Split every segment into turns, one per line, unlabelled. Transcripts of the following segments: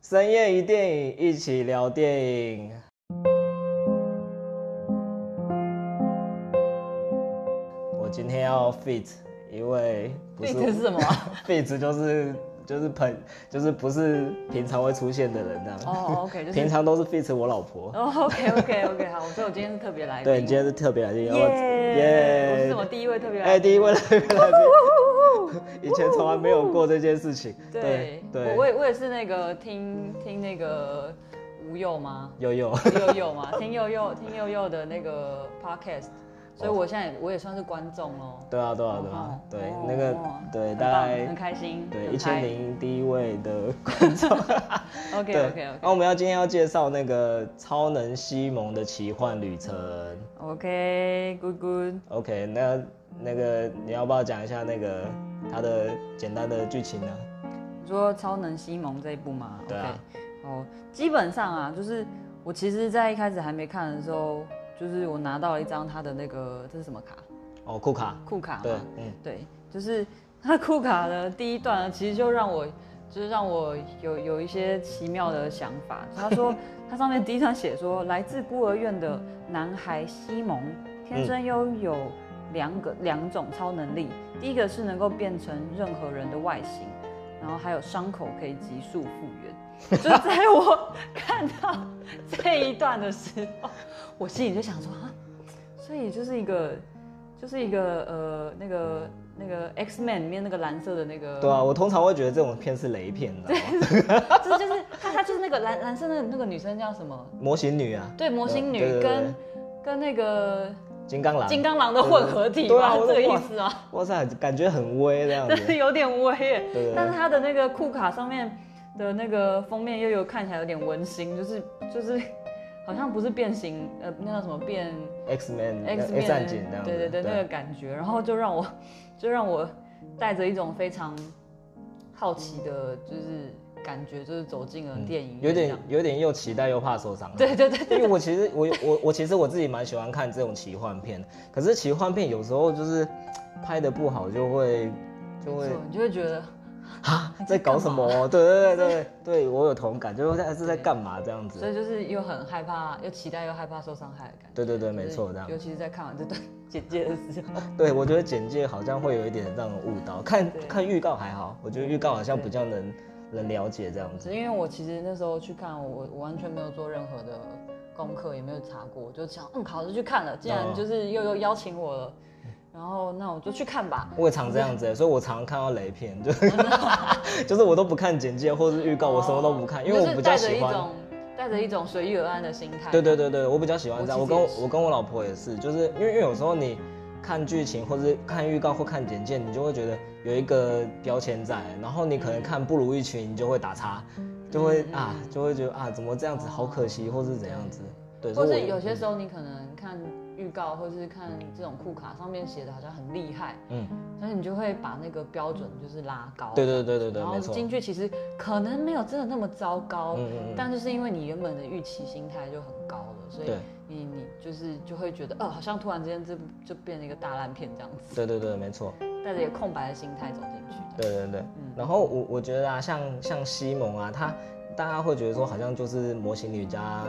深夜一电影，一起聊电影。我今天要 fit 一位不是
fit 是什 么啊？
fit 就是就是朋就是不是平常会出现的人这样。
哦，OK，就是
平常都是 fit 我老婆。
哦，OK OK OK，好，所以我今天是特别来宾。
对，你今天是特别来宾，然后
耶，我是什么第一位特别
哎，
来宾？
第一位来宾，以前从来没有过这件事情。
对，
对，
我我也我也是那个听听那个吴佑吗？
悠悠，
佑佑吗？听佑佑听佑佑的那个 podcast，所以我现在我也算是观众喽。
对啊，对啊，对啊
哦，
对
哦，
那个
哦
对，
很
大
棒
概
很开心，
对
很
一千
嗨
零第一位的
OK
对
OK
那我们要今天要介绍那个超能西蒙的奇幻旅程。
OK OK Good Good，
OK，那那个你要不要讲一下那个它的简单的剧情呢？
你说超能西蒙这一部吗？
对啊
OK，哦，基本上啊，就是我其实，在一开始还没看的时候，就是我拿到了一张他的那个这是什么卡？
哦，库卡，
库卡嘛
对，嗯，
对，就是他库卡的第一段呢，啊其实就让我就是让我有有一些奇妙的想法。他说他上面第一段写说，来自孤儿院的男孩西蒙天生拥有两个两种超能力，第一个是能够变成任何人的外形。然后还有伤口可以急速复原，就在我看到这一段的时候，我心里就想说啊，所以就是一个就是一个呃那个那个 X Man 里面那个蓝色的那个，
对啊，我通常会觉得这种片是雷片，你知道吗？
这就是她她就是那个蓝蓝色的那个女生叫什么？
模型女啊，
对，模型女
对对对
跟跟那个
金刚狼，
金刚狼的混合体
对啊
吗？
我
这
都
个意
忘
思啊，
哇塞，感觉很威这样子。
对，有点威耶。
对对
但是
对，
它的那个库卡上面的那个封面又有看起来有点温馨，就是就是好像不是变形，呃，那叫什么变
X Man，X
X
呃战警这
面？
样子。
对对对，那个感觉，然后就让我就让我带着一种非常好奇的，就是感觉，就是走进了电影院
有
这
点
样，
有点又期待又怕受伤啊。
对对对
因为我其实我我我其实我自己蛮喜欢看这种奇幻片的，可是奇幻片有时候就是拍的不好就会就
没
会
错，你就会觉得
啊
还在
在搞什么？对对对 对对，我有同感，就是在是在干嘛这样
所
子。
以就是又很害怕，又期待又害怕受伤害的感觉。
对对对，
就
没
是
错，这样
尤。其是在看完这段简介的时候，
对，我觉得简介好像会有一点让人误导，看
对
看预告还好，我觉得预告好像比较能能了解这样子。
是因为我其实那时候去看，我我完全没有做任何的功课，也没有查过，就想嗯，好就去看了。既
哦
然就是又又邀请我了，然后那我就去看吧。
我也常这样子欸，所以我常看到雷片， 就是就是我都不看简介或是预告，我什么都不看，因为
哦就
我
是
比较
带着
喜
一
欢。
种带着一种随遇而安的心态。
对对对对，我比较喜欢这样。我
我其
跟
实
我
也是
我跟我老婆也是，就是因为因为有时候你看剧情或是看预告或看简介，你就会觉得有一个标签在，然后你可能看不如预期，你就会打叉，就
嗯
会啊就会觉得啊怎么这样子，好可惜，或是怎样子。对，
或
所
是
以我嗯
有些时候你可能看预告，或是看这种库卡上面写的好像很厉害，
嗯，
所以你就会把那个标准就是拉高。
对对对对对，
然后
没错。
进去其实可能没有真的那么糟糕，
嗯嗯嗯，
但就是因为你原本的预期心态就很高了，所以
对
你你就是就会觉得，哦，好像突然之间这部就变成一个大烂片这样子，
对对对，没错。
带着一个空白的心态走进去的。
对对对，然后我我觉得啊，像像西蒙啊，他大家会觉得说好像就是模型女加，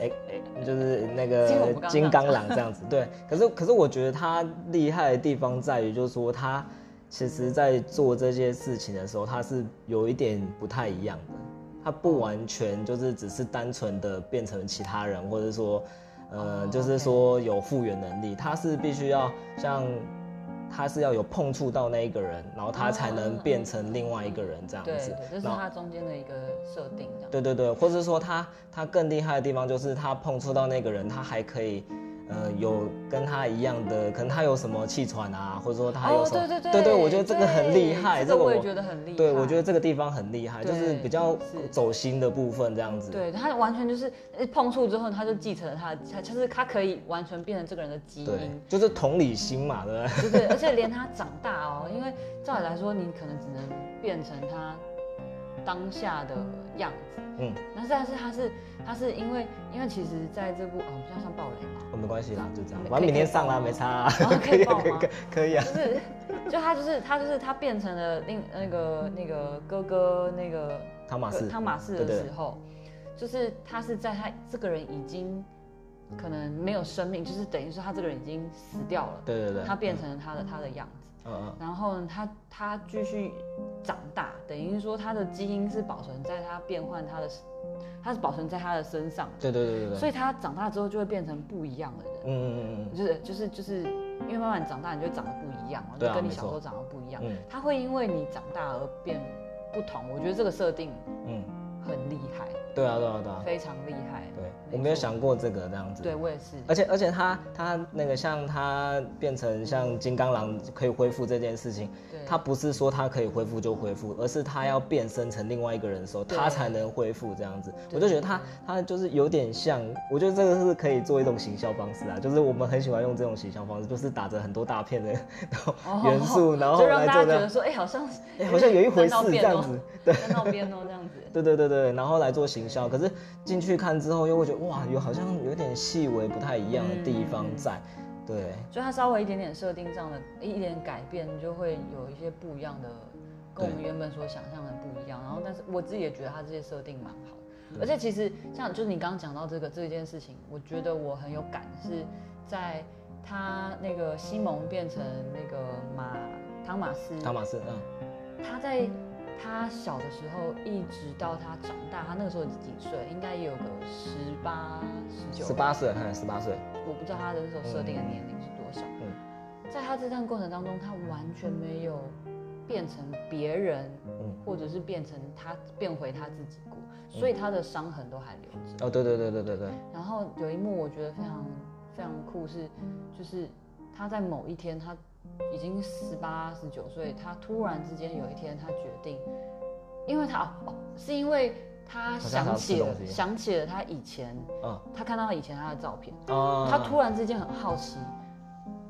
哎、哎，就是那
金
个
刚狼
金刚狼这样子，对。可是可是我觉得他厉害的地方在于，就是说他其实在做这些事情的时候，他是有一点不太一样的，他不完全就是只是单纯的变成其他人，或者说，呃，
哦
就是说有复原能力，他是必须要像。他是要有碰触到那一个人，然后他才能变成另外一个人这样
哦对
子。
对，这是
然后
它中间的一个设定这样。
对对对，或者说他他更厉害的地方就是他碰触到那个人，他还可以，呃，有跟他一样的，可能他有什么气喘啊，或者说他有
哦，
什么，
对对对，
对我觉得这个很厉害，
这个我也
我
觉得很厉害。
对我觉得这个地方很厉害，就
对
是比较
是
走心的部分这样子。
对他完全就是呃碰触之后，他就继承了他的，他就是他可以完全变成这个人的基
对
因，，
就是同理心嘛，对不对？
对对，而且连他长大哦，因为照理来说，你可能只能变成他当下的样子。
嗯，
那但是他是他是因为因为其实在这部哦，这样算暴雷吗？
哦没关系啦，就这样。
可以
反正明天
可以报
上啦，
吗
没差啊
哦，可以
啊，
报
可以
吗
可以可以啊。
就是就他就是他就是他变成了另那个那个哥哥那个
汤马士，
汤马士
对
的
对
时候，就是他是在他这个人已经可能没有生命，就是等于说他这个人已经死掉了，
对对对，
他变成了他的他的样子。
嗯嗯
然后呢他他继续长大，等于说他的基因是保存在他变换他的，他是保存在他的身上，
对对对对对，
所
以
以他长大之后就会变成不一样的人。
嗯嗯嗯
就是就是就是因为慢慢长大，你就会长得不一样嘛，
对啊
就跟你
没错
小时候长得不一样。
嗯
他会因为你长大而变不同，我觉得这个设定
嗯
很厉害，
嗯，对啊对啊对啊，
非常厉害。
对
错
我没有想过这个这样子，
对我也是，
而且而且他他那个像他变成像金刚狼可以恢复这件事情，
对
他不是说他可以恢复就恢复，而是他要变身成另外一个人的时候，
对
他才能恢复这样子。我就觉得他他就是有点像，我觉得这个是可以做一种行销方式啊，就是我们很喜欢用这种行销方式，就是打着很多大片的 元 素，然后
哦就让
来
大家
做这
觉得
样，
说，哎、好像
哎好像有一回事
在闹
这
别
样
扭
子。
在那边哦，这样子。
对对对对，然后来做行销。可是进去看之后，又会觉得哇，有好像有点细微不太一样的地方在。对，
就他稍微一点点设定上的一点改变，你就会有一些不一样的，跟我们原本所想象的不一样。然后，但是我自己也觉得他这些设定蛮好，而且其实像就是你刚刚讲到这个这件事情，我觉得我很有感，是在他那个西蒙变成那个马汤马斯，
汤马斯，嗯，
他在他小的时候一直到他长大，他那个时候几岁？应该也有个十八、十九、
十八岁，嗯，十八岁，
我不知道他的那时候设定的年龄是多少。
嗯
在他这段过程当中，他完全没有变成别人，
嗯
或者是变成他变回他自己过，所以他的伤痕都还留着。
哦，对对对对对对，
然后有一幕我觉得非常非常酷是，就是他在某一天，他已经十八十九岁，他突然之间有一天，他决定，因为他哦哦，是因为他
好像他
想
要吃
起了
东西
想起了他以前，
嗯，
他看到他以前他的照片。
哦，
他突然之间很好奇，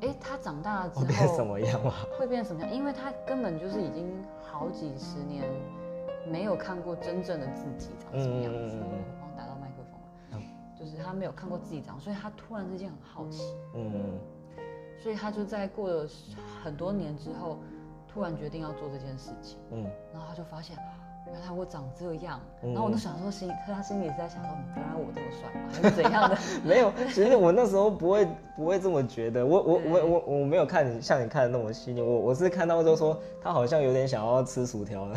哎，他长大了之
我哦变什
后
么样啊了？
会变什么样？因为他根本就是已经好几十年没有看过真正的自己长什么样子。
嗯嗯嗯嗯嗯
我刚打到麦克风了，就是他没有看过自己长，所以他突然之间很好奇，
嗯，
所以他就在过了很多年之后，突然决定要做这件事情。
嗯，
然后他就发现，啊原来我长这样。
嗯
然后我就想说心，他心里是在想说，嗯原来我这么帅吗，还是怎样的？
没有，其实我那时候不会不会这么觉得，我我我
对
我我没有看你像你看的那么细腻，我我是看到就说他好像有点想要吃薯 条了，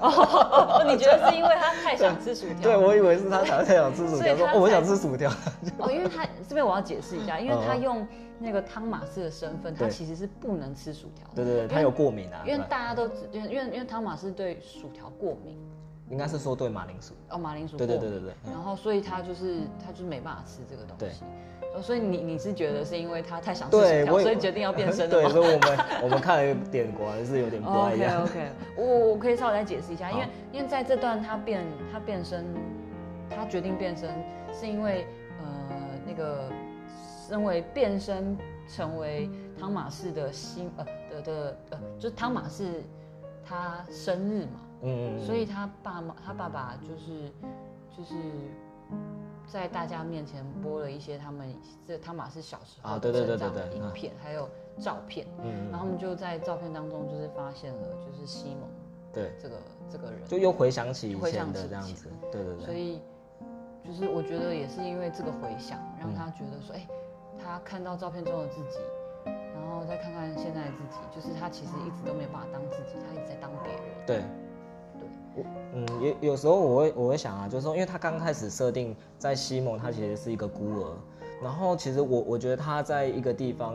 哦，你觉得是因为他太想吃薯条？
对我以为是他想太想吃薯
所
条，
以
说
他
哦我想
才
吃薯条，
哦，因为他这边我要解释一下，因为他
嗯
用那个汤马斯的身份，他
对
其实是不能吃薯条的，
对对对，他有过敏啊，
因
对
为
吧
大家都只因为因为因为汤马斯对薯条过敏，
应该是说对马铃薯，
哦，马铃薯过
对
敏，
对对对对，
然后所以他就是他就是没办法吃这个东
对
西。哦所以你你是觉得是因为他太想吃薯
对，
条，
我
所以决定要变身的
对，
吗
所以我们我们看了点果然是有点不啊太一
？OK
样。
OK，我我可以稍微再解释一下，因为
好
因为在这段他变他变身，他决定变身是因为呃那个身为变身成为汤马士的新呃的的呃就是汤马士他生日嘛，
嗯，
所以他爸妈，他爸爸就是就是在大家面前播了一些他们这汤马是小时候
啊对对对
成长
对
的
对
影
嗯
片，还有照片，然
嗯，
后他们就在照片当中就是发现了就是西蒙
对，
这个这个人，
就又回想起以
回
前
想
的
起
这样
以
子，对对
所
对，
以就是我觉得也是因为这个回想，让
嗯
他觉得说，哎、他看到照片中的自己，然后再看看现在的自己，就是他其实一直都没有办法当自己，他一直在当别人。
对。
对，
嗯，有有时候我会我会想啊，就是说，因为他刚开始设定在西蒙，他其实是一个孤儿，然后其实我我觉得他在一个地方，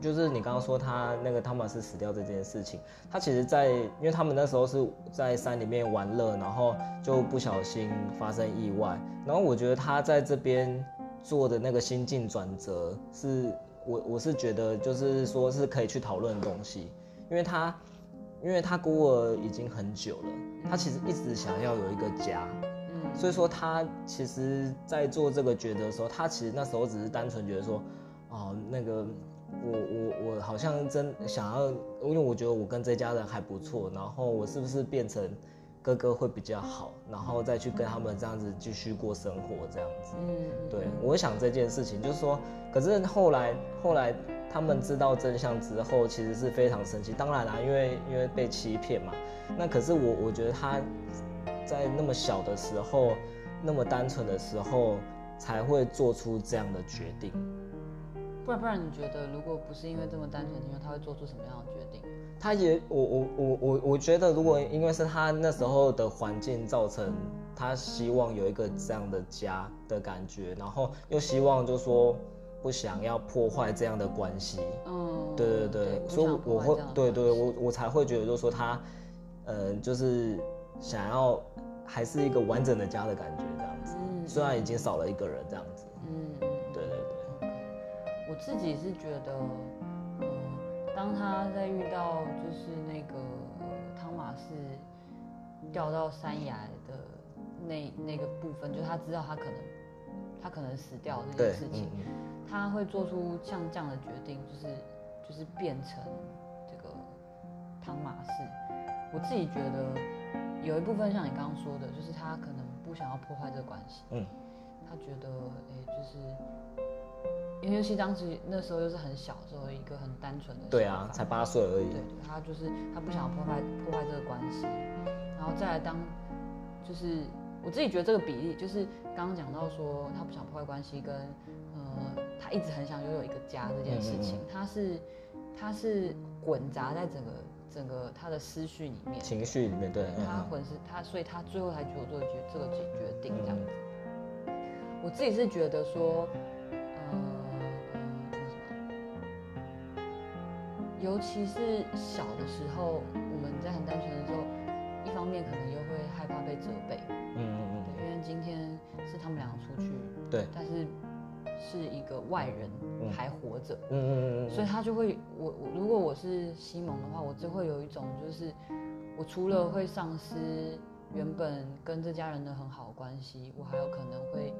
就是你刚刚说他那个汤马斯死掉这件事情，他其实在，因为他们那时候是在山里面玩乐，然后就不小心发生意外，然后我觉得他在这边做的那个心境转折是。我我是觉得，就是说是可以去讨论的东西，因为他因为他孤儿已经很久了，他其实一直想要有一个家，
嗯，
所以说他其实，在做这个抉择的时候，他其实那时候只是单纯觉得说，哦，那个我我我好像真想要，因为我觉得我跟这家人还不错，然后我是不是变成哥哥会比较好，然后再去跟他们这样子继续过生活这样子。
嗯，
对，我想这件事情就是说，可是后来后来他们知道真相之后，其实是非常生气。当然啦、因为因为被欺骗嘛。那可是我我觉得他在那么小的时候，那么单纯的时候，才会做出这样的决定。
不然不然，你觉得如果不是因为这么单纯的因为他会做出什么样的决定？
他也，我我我我我觉得，如果因为是他那时候的环境造成他希望有一个这样的家的感觉，然后又希望就说不想要破坏这样的关系，
嗯，
对对对，所以我会，对对，我我才会觉得就是说他，呃，就是想要还是一个完整的家的感觉这样子，
嗯
虽然已经少了一个人这样子，
嗯嗯，
对对对，
我自己是觉得，呃，当他在遇到就是那个呃汤马士掉到山崖的那那个部分，就是他知道他可能他可能死掉的那
对
件事，
嗯
情，他会做出像这样的决定，就是就是变成这个汤马士。我自己觉得有一部分像你刚刚说的，就是他可能不想要破坏这个关系，
嗯，
他觉得诶、就是因为尤其当时那时候又是很小的时候，一个很单纯的
对
想
啊，
法
才八岁而已
对，，他就是他不想要破坏破坏这个关系，然后再来当就是我自己觉得这个比例，就是刚刚讲到说他不想破坏关系跟呃他一直很想拥有一个家这件
嗯
事情，他是他是混杂在整个整个他的思绪里面，
情绪里面对，嗯
他混是他，所以他最后才做做决这个决决定这样子。我自己是觉得说，呃，嗯那个什么，尤其是小的时候，我们在很单纯的时候，一方面可能又会害怕被责备，
嗯嗯
对，因为今天是他们两个出去，
嗯，对，
但是是一个外人
嗯
还活着，
嗯嗯嗯嗯
所以他就会，我我如果我是西蒙的话，我就会有一种就是，我除了会丧失原本跟这家人的很好的关系，我还有可能会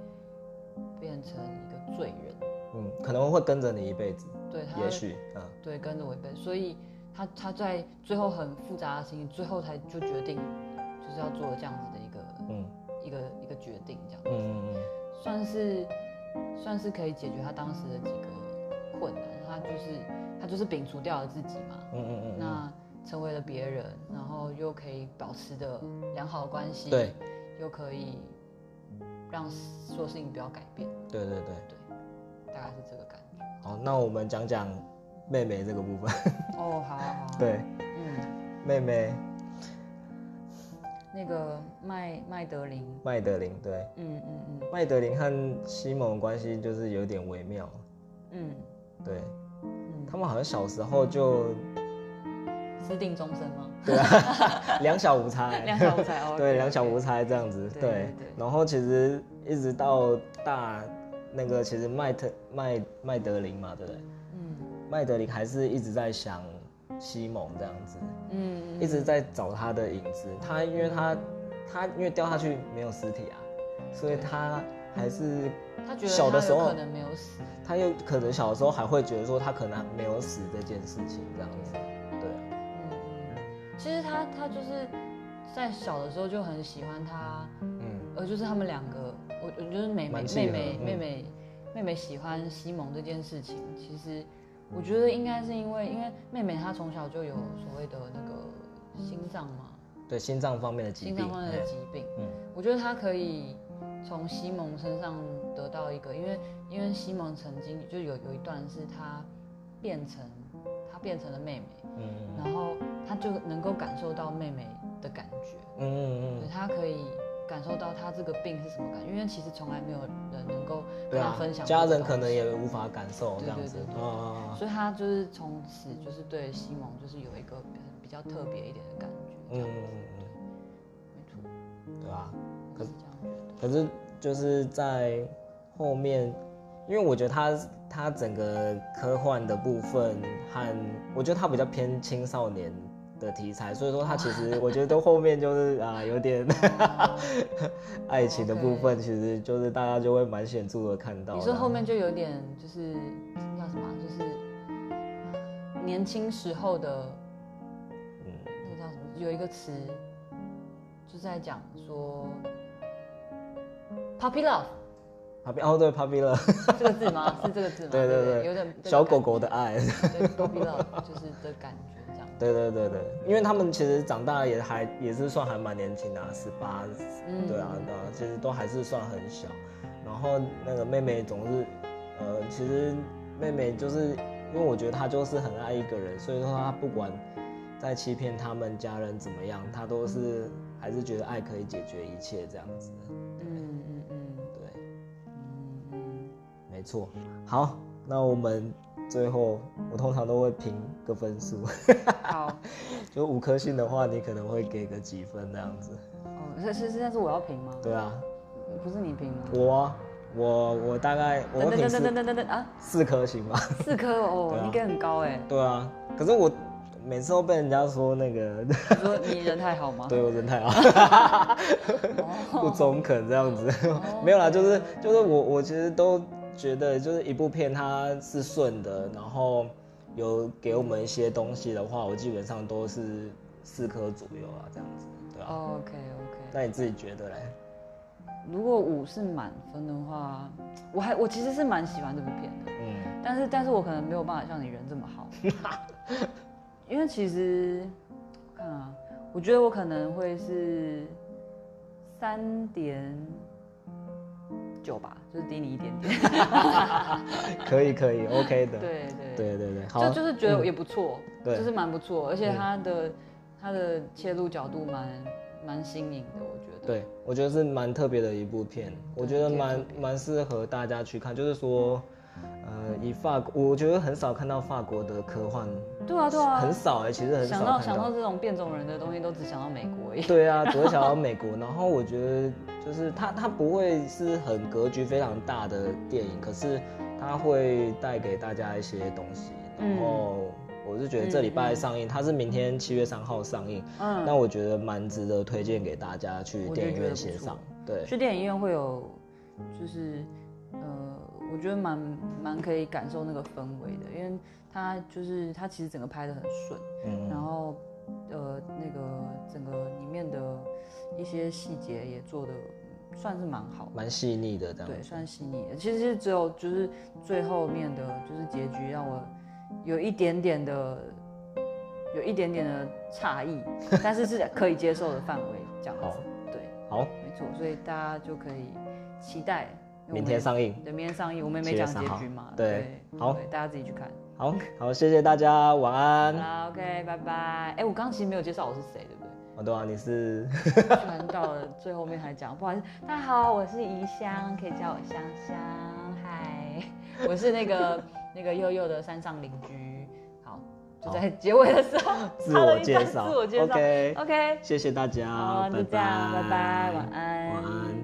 变成一个罪人。
嗯，可能会跟着你一辈子，
对他，
也许，嗯。
对跟着我一辈子，所以他他在最后很复杂的心情，最后才就决定就是要做这样子的一个
嗯
一个一个决定，这样
嗯嗯嗯，
算是算是可以解决他当时的几个困难。他就是他就是摒除掉了自己嘛，
嗯嗯嗯嗯，
那成为了别人，然后又可以保持的良好的关系，
对，
又可以让所有事情不要改变，
对对对。
大概是这个感觉。
好，那我们讲讲妹妹这个部分。
哦，好啊好啊，
对，
嗯，
妹妹
那个麦麦德林，
麦德琳，对，
嗯嗯嗯
麦德琳和西蒙的关系就是有点微妙。
嗯
对
嗯，
他们好像小时候 就
私定终身吗？
两小无猜，
两小 无猜哦，
对，两小无猜这样子。对
对对对，
然后其实一直到大那个，其实麦特麦麦德琳嘛，对不对？
嗯
麦德琳还是一直在想西蒙这样子。
嗯
一直在找他的影子。他因为他他因为掉下去没有尸体啊，所以他还是
嗯，他觉得
小的
他有
时候
可能没有死，
他又可能小的时候还会觉得说他可能没有死这件事情这样子。对，
嗯嗯，其实他他就是在小的时候就很喜欢他。
嗯
呃，就是他们两个，我我就是妹妹
蛮契
妹
合
妹
嗯
妹妹妹妹喜欢西蒙这件事情，其实我觉得应该是因为因为妹妹她从小就有所谓的那个心脏嘛，
对，心脏方面的疾
心
病，
脏方面的
嗯
疾病，
嗯
我觉得她可以从西蒙身上得到一个，因为因为西蒙曾经就有有一段是她变成她变成了妹妹，
嗯
然后她就能够感受到妹妹的感觉，
嗯嗯
对
嗯，
他可以感受到他这个病是什么感觉，因为其实从来没有人能够
对
跟他
啊
分，享、
家人可能，也无法感受
对
这样子
对对，对
啊，
所以他就是从此就是对西蒙就是有一个比较特别一点的感觉，
嗯
这样
嗯
子，
嗯
没错，
嗯，对啊。
我是这样觉得，
可是就是在后面，因为我觉得他他整个科幻的部分和我觉得他比较偏青少年的题材，所以说他其实我觉得后面就是啊有点 爱情的部分，其实就是大家就会蛮显著的看到。
你说后面就有点就是叫什么啊，就是年轻时候的
嗯，
那个叫什么，有一个词就在讲说 puppy love。
旁边哦对 Puppy 了，
这个字吗？是这个字吗？
对对
对
对
有点这个
小
感
狗狗的爱，
对 puppy love 就是的感觉这样。
对对对对对，因为他们其实长大也还也是算还蛮年轻的、啊，十八，
嗯
对啊对啊，其实都还是算很小。然后那个妹妹总是，呃，其实妹妹就是因为我觉得她就是很爱一个人，所以说她不管在欺骗他们家人怎么样，她都是还是觉得爱可以解决一切这样子。
嗯嗯嗯
对，
嗯嗯，
没错。好，那我们最后我通常都会评个分数。
好，
就五颗星的话，你可能会给个几分那样子。
哦，这是现在是我要评吗？
对啊，
不是你评吗？
我啊我我大概我
等
会评
等等等
四
等等等啊，
四颗星吧。
四颗 哦
对，啊
你给很高哎，
对啊，可是我每次都被人家说那个
你说你人太好吗？哦
对我人太 好，不中肯这样子。没有啦，
啊
就是就是我我其实都觉得，就是一部片它是顺的，然后有给我们一些东西的话，我基本上都是四颗左右啊，这样子。对啊，
，OK OK。
那你自己觉得嘞？
如果五是满分的话，我还我其实是蛮喜欢这部片的，
嗯
但是但是我可能没有办法像你人这么 好，因为其实我看啊，我觉得我可能会是三点九吧，就是低你一点 点。
可以可以，OK 的。
对对。
对对对，好啊嗯
就，就是觉得也不错，
对
就是蛮不错，而且他的、他的切入角度蛮蛮新颖的，我觉得。
对我觉得是蛮特别的一部片，
嗯
我觉得蛮蛮适合大家去看，就是说，呃，以法国，我觉得很少看到法国的科幻，
对啊对啊，
很少哎、其实很少
想
看
到想到这种变种人的东西，都只想到美国而已。
对啊，只会想到美国。然后我觉得就是它，它不会是很格局非常大的电影，可是它会带给大家一些东西。
嗯
然后我是觉得这礼拜上映，它是明天七月三号上映，
嗯，
那我觉得蛮值得推荐给大家去
我就
电影
觉得
院
不
欣
错
赏。对，
去电影院会有，就是呃，我觉得蛮蛮可以感受那个氛围的，因为他就是他其实整个拍的很顺，
嗯
然后呃那个整个里面的一些细节也做的算是蛮好的。
蛮细腻的这样。
对，算细腻的。其实是只有就是最后面的就是结局让我有一点点的，有一点点的 诧异，但是是可以接受的范围这样
好
子。对，
好，
没错，所以大家就可以期待因为我们
明天上映。
对，明天上映，我们也
7月
没讲结
3号
局嘛。
对好
对大家自己去看。
好好，谢谢大家，晚
好
安。
啦，OK，拜拜。哎，我刚刚其实没有介绍我是谁，对不对？
哦，对啊，你 是
居然到了最后面还讲，不好意思，大家好，我是怡香，可以叫我香香，嗨，我是 那个那个悠悠的山上邻居。好，就在结尾的时候
自
插
我
了一
介
段
绍。
自我介绍哦
OK，
，OK，
谢谢大家，
好，就这样，拜拜，晚安，
晚安。